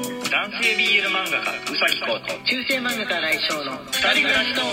系 BL 漫画家うさぎこと中世漫画家来翔の二人暮らしトーク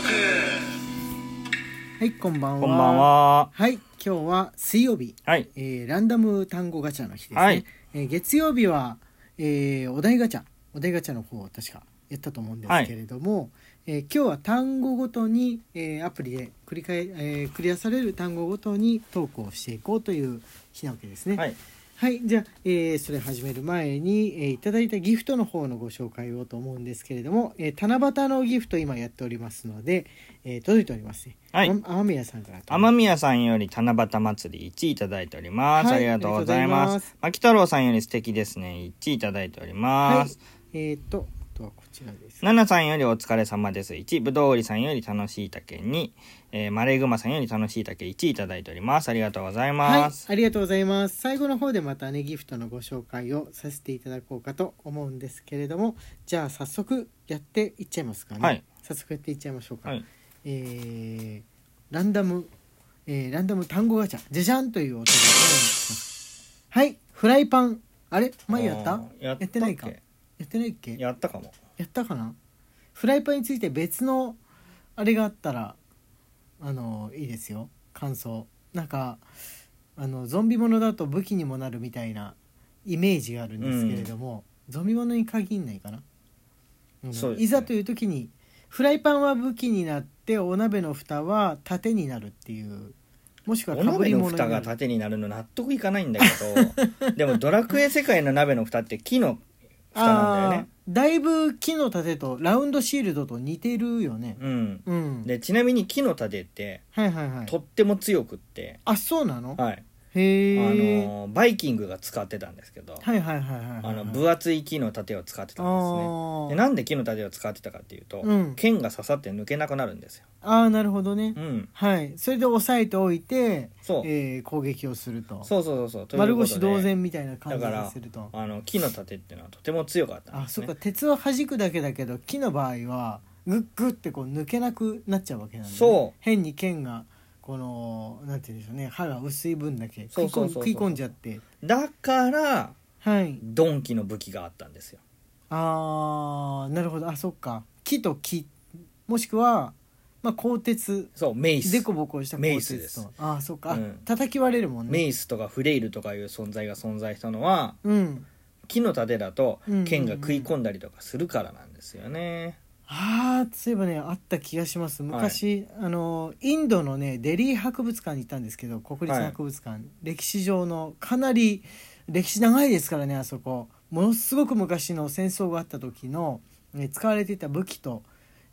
はいこんばんはこんばんは。はい今日は水曜日、はい。えーランダム単語ガチャの日ですね、はいえー月曜日は、えーお題ガチャお題ガチャの方を確かやったと思うんですけれども、えー今日は単語ごとに、えーアプリで繰り返、えークリアされる単語ごとに投稿していこうという日なわけですねはい。はい、じゃあ、えーそれ始める前に、えーいただいたギフトの方のご紹介をと思うんですけれども、えー七夕のギフト今やっておりますので、えー届いておりますね。はいあ雨宮さんからと。天宮さんより七夕祭り1いただいております。はいありがとうございありがとうございまますす。牧太郎さんより素敵ですね。1いただいておりはまいす。。えーっと、あとはこちらです。ナナさんよりお疲れ様です。1、ぶどうりさんより楽しい竹2、えー、マレーグマさんより楽しい竹1いただいております。ありがとうございはまい、す。ありがとうございます。最後の方でまたね、ギフトのご紹介をさせていただこうかと思うんですけれども、じゃあ早速やっていっちゃいますかね。はい早速やっていっちゃいましょうか。はい。えーランダム、えーランダム単語ガチャじゃじゃんという音が鳴りますはいフライパンあれ前やったあーやっってないかたっやってないっけけややったかも。ったかなフライパンについて別のあれがあったらあのいいですよ感想なんかあのゾンビものだと武器にもなるみたいなイメージがあるんですけれども、ゾンビものに限んないかな、うんそうですねいざという時にフライパンは武器になってお鍋の蓋は盾になるっていうもしくはおかぶ鍋りの物に蓋ながる縦になるの納得いかないんだけ ど、でもドラクエ世界の鍋の蓋って木の蓋なんだよね。あーだいぶ木の盾とラウンドシールドと似てるよねうん。うんで、ちなみに木の盾って、はいはいはいとっても強くって、あそうなのはい、へあえ、のバイキングが使ってたんですけど、はいはいはいはいはいあの分厚い木の盾を使ってたんですねあーでなんで木の盾を使ってたかっていうと、うん剣が刺さって抜けなくなるんですよ、あーなるほどね、うん、はいそれで押さえておいて、そう、えー攻撃をするとそうそうそうそうということで丸腰同然みたいな感じだかにらするとあの木の盾っていうのはとても強かったんあです、そっね、か鉄を弾くだけだけど木の場合はグッグッてこう抜けなくなっちゃうわけなんで、ね、そう変に剣がこのなんて言うんでしょうね歯が薄い分だけ食そいうそ込んうそうそう食い込んじゃってだからはいドンキの武器があったんですよあーなるほどあそっか木と木もしくは、まあ、鋼鉄そうメイスでこぼこした鋼メイスで鉄すとあーそっか、あうん叩き割れるもんねメイスとかフレイルとかいう存在が存在したのはうん木の盾だとうんうんうん剣が食い込んだりとかするからなんですよね、ああそういえばねあった気がします昔、あのインドのねデリー博物館に行ったんですけど国立博物館、歴史上のかなり歴史長いですからねあそこものすごく昔の戦争があった時の、ね、使われていた武器と、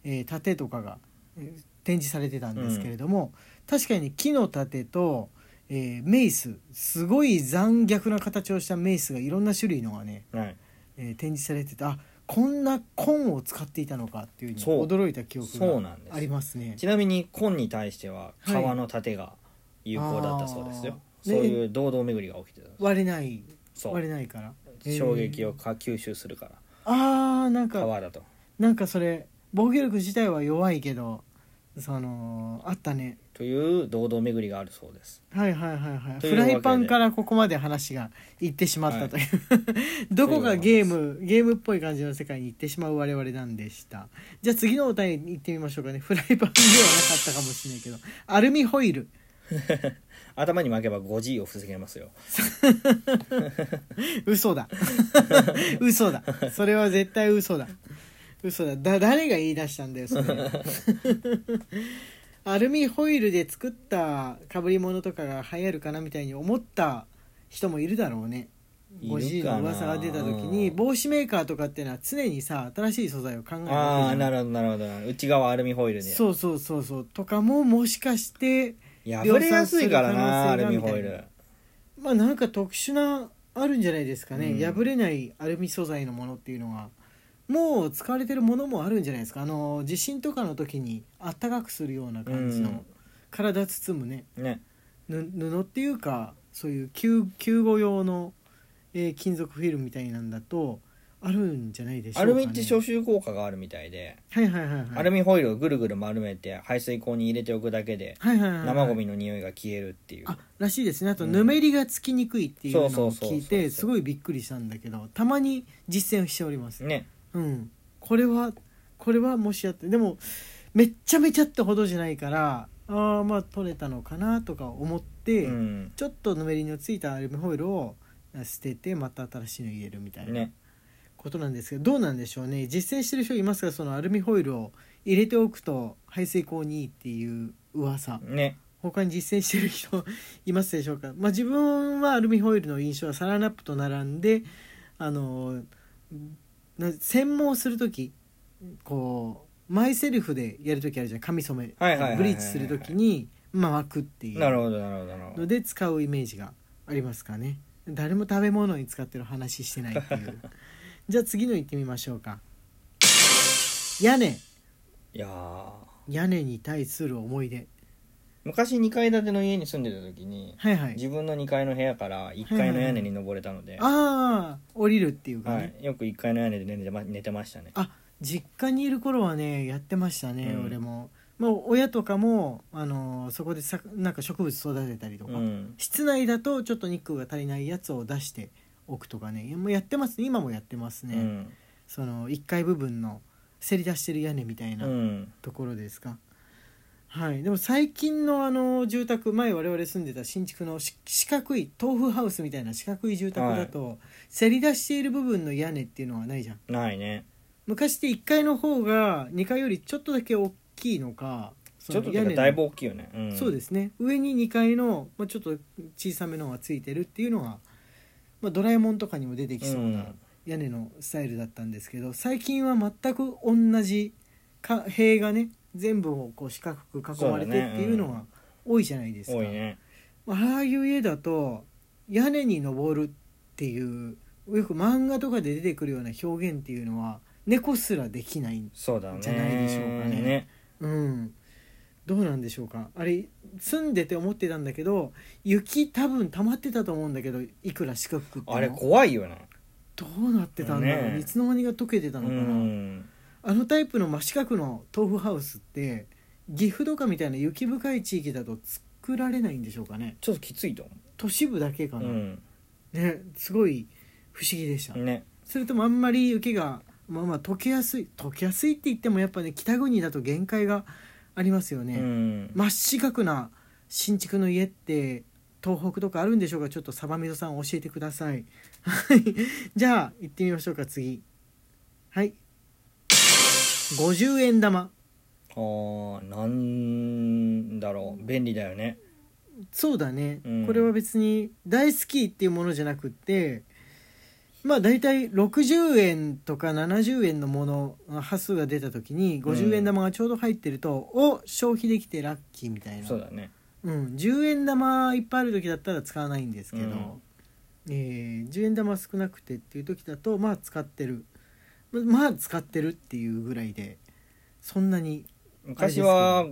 えー盾とかがえー展示されてたんですけれども、確かに木の盾と、えーメイスすごい残虐な形をしたメイスがいろんな種類のがねはい、えー展示されてたあこんな紺を使っていたのかっていうふうそうに驚いた記憶そうがなんですありますね。ちなみに紺に対してははい革の盾が有効だったそうですよ、あーそういう堂々巡りが起きてたんです割れないそ割うれないから衝撃をえーか吸収するからあーなんか革だとなんかそれ防御力自体は弱いけどそのあったねという堂々巡りがあるそうですはいはいはいはいというフラわけでイパンからここまで話が行ってしまったという、 どこがといゲうーわムゲームっぽい感じの世界に行ってしまう我々なんでしたじゃあ次のお題に行ってみましょうかねフライパンではなかったかもしれないけどアルミホイル頭に巻けば 5G を防げますよ 嘘だ嘘だそれは絶対嘘だ嘘だだ誰が言い出したんだよ それアルミホイルで作った被り物とかが流行るかなみたいに思った人もいるだろうねいるかな 5G の噂が出た時に帽子メーカーとかっていうのは常にさ新しい素材を考えるわああけじゃなるんほどなるほど内側アルミホイルでそうそうそうそうとかももしかして破れやすいからなア量産する可能性がルミホイみたいルまあなんか特殊なあるんじゃないですかね、うん破れないアルミ素材のものっていうのがもう使われてるものもあるんじゃないですかあの地震とかの時にあったかくするような感じの、うん体包むねねぬ布っていうかそういう救救護用の、えー金属フィルムみたいなんだとあるんじゃないでしょうか、アね、ルミって消臭効果があるみたいで、はいはいはいはいアルミホイルをぐるぐる丸めて排水口に入れておくだけではいはいはいはい生ゴミの匂いが消えるっていうあらしいですねあとうんぬめりがつきにくいっていうのそをうそうそうそう聞いてすごいびっくりしたんだけどたまに実践をしておりますねうん、これはこれはもしやってでもめっちゃめちゃってほどじゃないからああまあ取れたのかなとか思って、うんちょっとぬめりのついたアルミホイルを捨ててまた新しいの入れるみたいなねことなんですけど、どうなんでしょうね実践してる人いますがそのアルミホイルを入れておくと排水口にいいっていう噂ね他に実践してる人 いますでしょうか、まあ、自分はアルミホイルの印象はサランラップと並んであのな専門する時こうマイセルフでやる時あるじゃん髪染め、はいはいはいはいブリーチする時に、まあ、巻くっていうなるほどなるほどなるほのどで使うイメージがありますかね誰も食べ物に使ってる話してないっていう じゃあ次の行ってみましょうか屋根いやー屋根に対する思い出昔2階建ての家に住んでた時にはいはい自分の2階の部屋から1階の屋根に登れたので、はああ降りるっていうかね、い、よく1階の屋根で寝てま寝てましたねあ実家にいる頃はねやってましたね、うん俺ももう親とかも、あのーそこでさなんか植物育てたりとか、うん室内だとちょっと日光が足りないやつを出しておくとかねもうやってますね今もやってますね、うんその1階部分のせり出してる屋根みたいうなんところですか、はいでも最近のあの住宅前我々住んでた新築のし四角い豆腐ハウスみたいな四角い住宅だと、せり出している部分の屋根っていうのはないじゃんないね昔って1階の方が2階よりちょっとだけ大きいのかそちょのっとて屋か根のだいぶ大きいよね、んそうですね上に2階の、まあ、ちょっと小さめのがついてるっていうのが、まあ、ドラえもんとかにも出てきそううなん屋根のスタイルだったんですけど最近は全く同じか塀がね全部をこう四角く囲まれてそうだねっていうのが多いじゃないですか。多いねまあああいう家だと屋根に登るっていうよく漫画とかで出てくるような表現っていうのは猫すらできない、そうだねじゃないでしょうかねうん、どうなんでしょうかあれ住んでて思ってたんだけど雪多分溜まってたと思うんだけどいくら四角くってもあれ怖いよねどうなってたんだろう、ねえいつの間にか溶けてたうのかな、んあのタイプの真四角の豆腐ハウスって岐阜とかみたいな雪深い地域だと作られないんでしょうかねちょっときついと思都市部だけかうな、うんねすごい不思議でした、ねそれともあんまり雪がまあまあ溶けやすい溶けやすいって言ってもやっぱね北国だと限界がありますようね、ん真っ四角な新築の家って東北とかあるんでしょうかちょっとサバミドさん教えてくださいはいじゃあ行ってみましょうか次はい50円玉あーなんだろう便利だよねそうだね、うんこれは別に大好きっていうものじゃなくってまあ大体60円とか70円のもの端数が出た時に50円玉がちょうど入ってると、お消費できてラッキーみたいなそうだねうん、10円玉いっぱいある時だったら使わないんですけど、うんえー10円玉少なくてっていう時だとまあ使ってるままあ使ってるっていうぐらいでそんなに昔は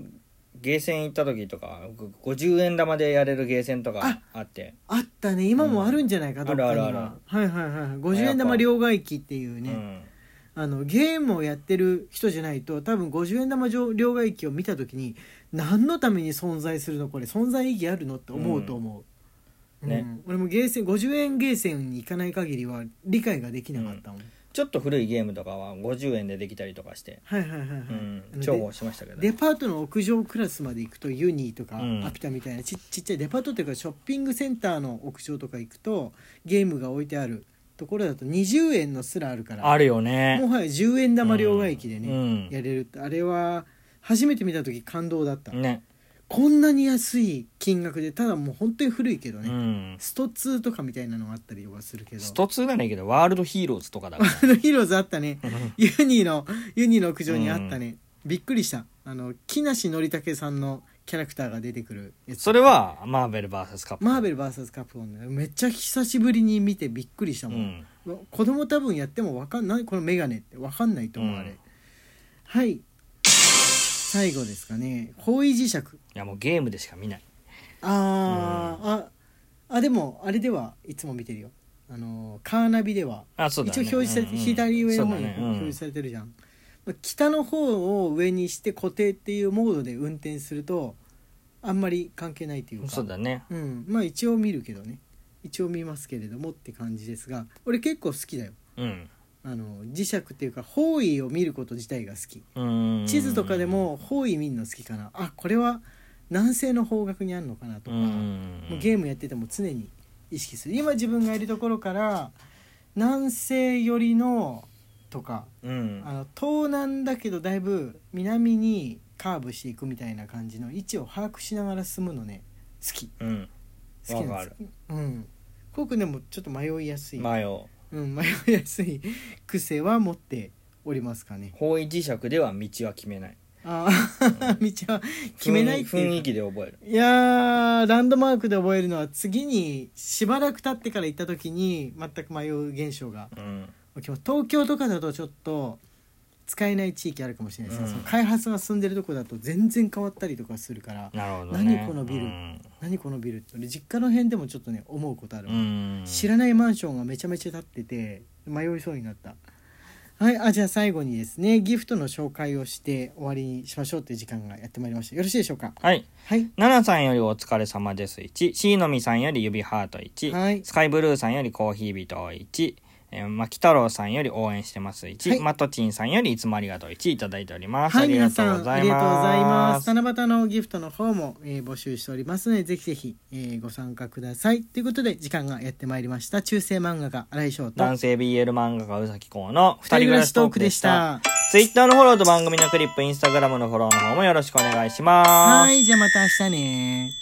ゲーセン行った時とかご50円玉でやれるゲーセンとかあってあったね今もあるんじゃないか、うんどっかにはあるあるはいはいはい50円玉両替機っていううね、んあのゲームをやってる人じゃないと多分50円玉上両替機を見た時に何のために存在するのこれ存在意義あるのって思うと思う、うんねうん俺もゲーセン50円ゲーセンに行かない限りは理解ができなかったもん、ちょっと古いゲームとかは50円でできたりとかしてはいはいはいはい、うんあの重宝しましたけどデデパートの屋上クラスまで行くとユニとかうんアピタみたいなちちっちゃいデパートっていうかショッピングセンターの屋上とか行くとゲームが置いてあるところだと20円のすらあるからあるよねもはや10円玉両替機でね、うんやれるってあれは初めて見た時感動だった、ねこんなに安い金額でただもう本当に古いけどうね、んスト2とかみたいなのがあったりとかするけどスト2ならいいけどワールドヒーローズとかだからあのヒーローズあったねうんユニのユニの屋上にあったね、びっくりしたあの木梨憲武さんのキャラクターが出てくるやつそれはマーベル VS カップマーベル VS カプコンだよめっちゃ久しぶりに見てびっくりしたもん、うん子供多分やってもわかんないこのメガネってわかんないと思う、あうれんはい最後ですかね方位磁石いやもうゲームでしか見ないあー、ああでもあれではいつも見てるよあのーカーナビでは、あそうだ一応ね表示されて、左上の方にそうだねうん表示されてるじゃん、まあ北の方を上にして固定っていうモードで運転するとあんまり関係ないっていうかそうだねうん、まあ一応見るけどね一応見ますけれどもって感じですが俺結構好きだようんあの磁石っていうか方位を見ること自体が好きうん地図とかでも方位見るの好きかなあこれは南西の方角にあるのかなとかうんもうゲームやってても常に意識する今自分がいるところから南西寄りのとかうんあの東南だけどだいぶ南にカーブしていくみたいな感じの位置を把握しながら進むのね好きうん好きなわんかですうんコウ君でもちょっと迷いやすい、前をうん、迷いやすい癖は持っておりますかね方位磁石では道は決めないああ 道は決めないっていう雰か囲気で覚えるいやーランドマークで覚えるのは次にしばらく経ってから行った時に全く迷う現象がうん起きます東京とかだとちょっと使えない地域あるかもしれないですね、うんその開発が進んでるとこだと全然変わったりとかするからなるほどね何このビルうん何このビルって俺実家の辺でもちょっとね思うことある、うん知らないマンションがめちゃめちゃ建ってて迷いそうになったはいあじゃあ最後にですねギフトの紹介をして終わりにしましょうっていう時間がやってまいりましたよろしいでしょうかはいはいナナさんよりお疲れ様です1、シーノミさんより指ハート1、はいスカイブルーさんよりコーヒー人1、えー、マキ太郎さんより応援してます1、はいマトチンさんよりいつもありがとう1いただいております。はあい、り皆がとさうんござあいりがとうございま。ますす。七夕のギフトの方も、えー募集しておりますので、ぜひぜひ、えーご参加ください。ということで、時間がやってまいりました。中世漫画家、荒井翔と、男性 BL 漫画家宇崎公の二二人人暮暮ららししトトーーククででししたた。 Twitter のフォローと番組のクリップ、Instagram のフォローの方もよろしくお願いしまはす。い、じゃあまた明日ね。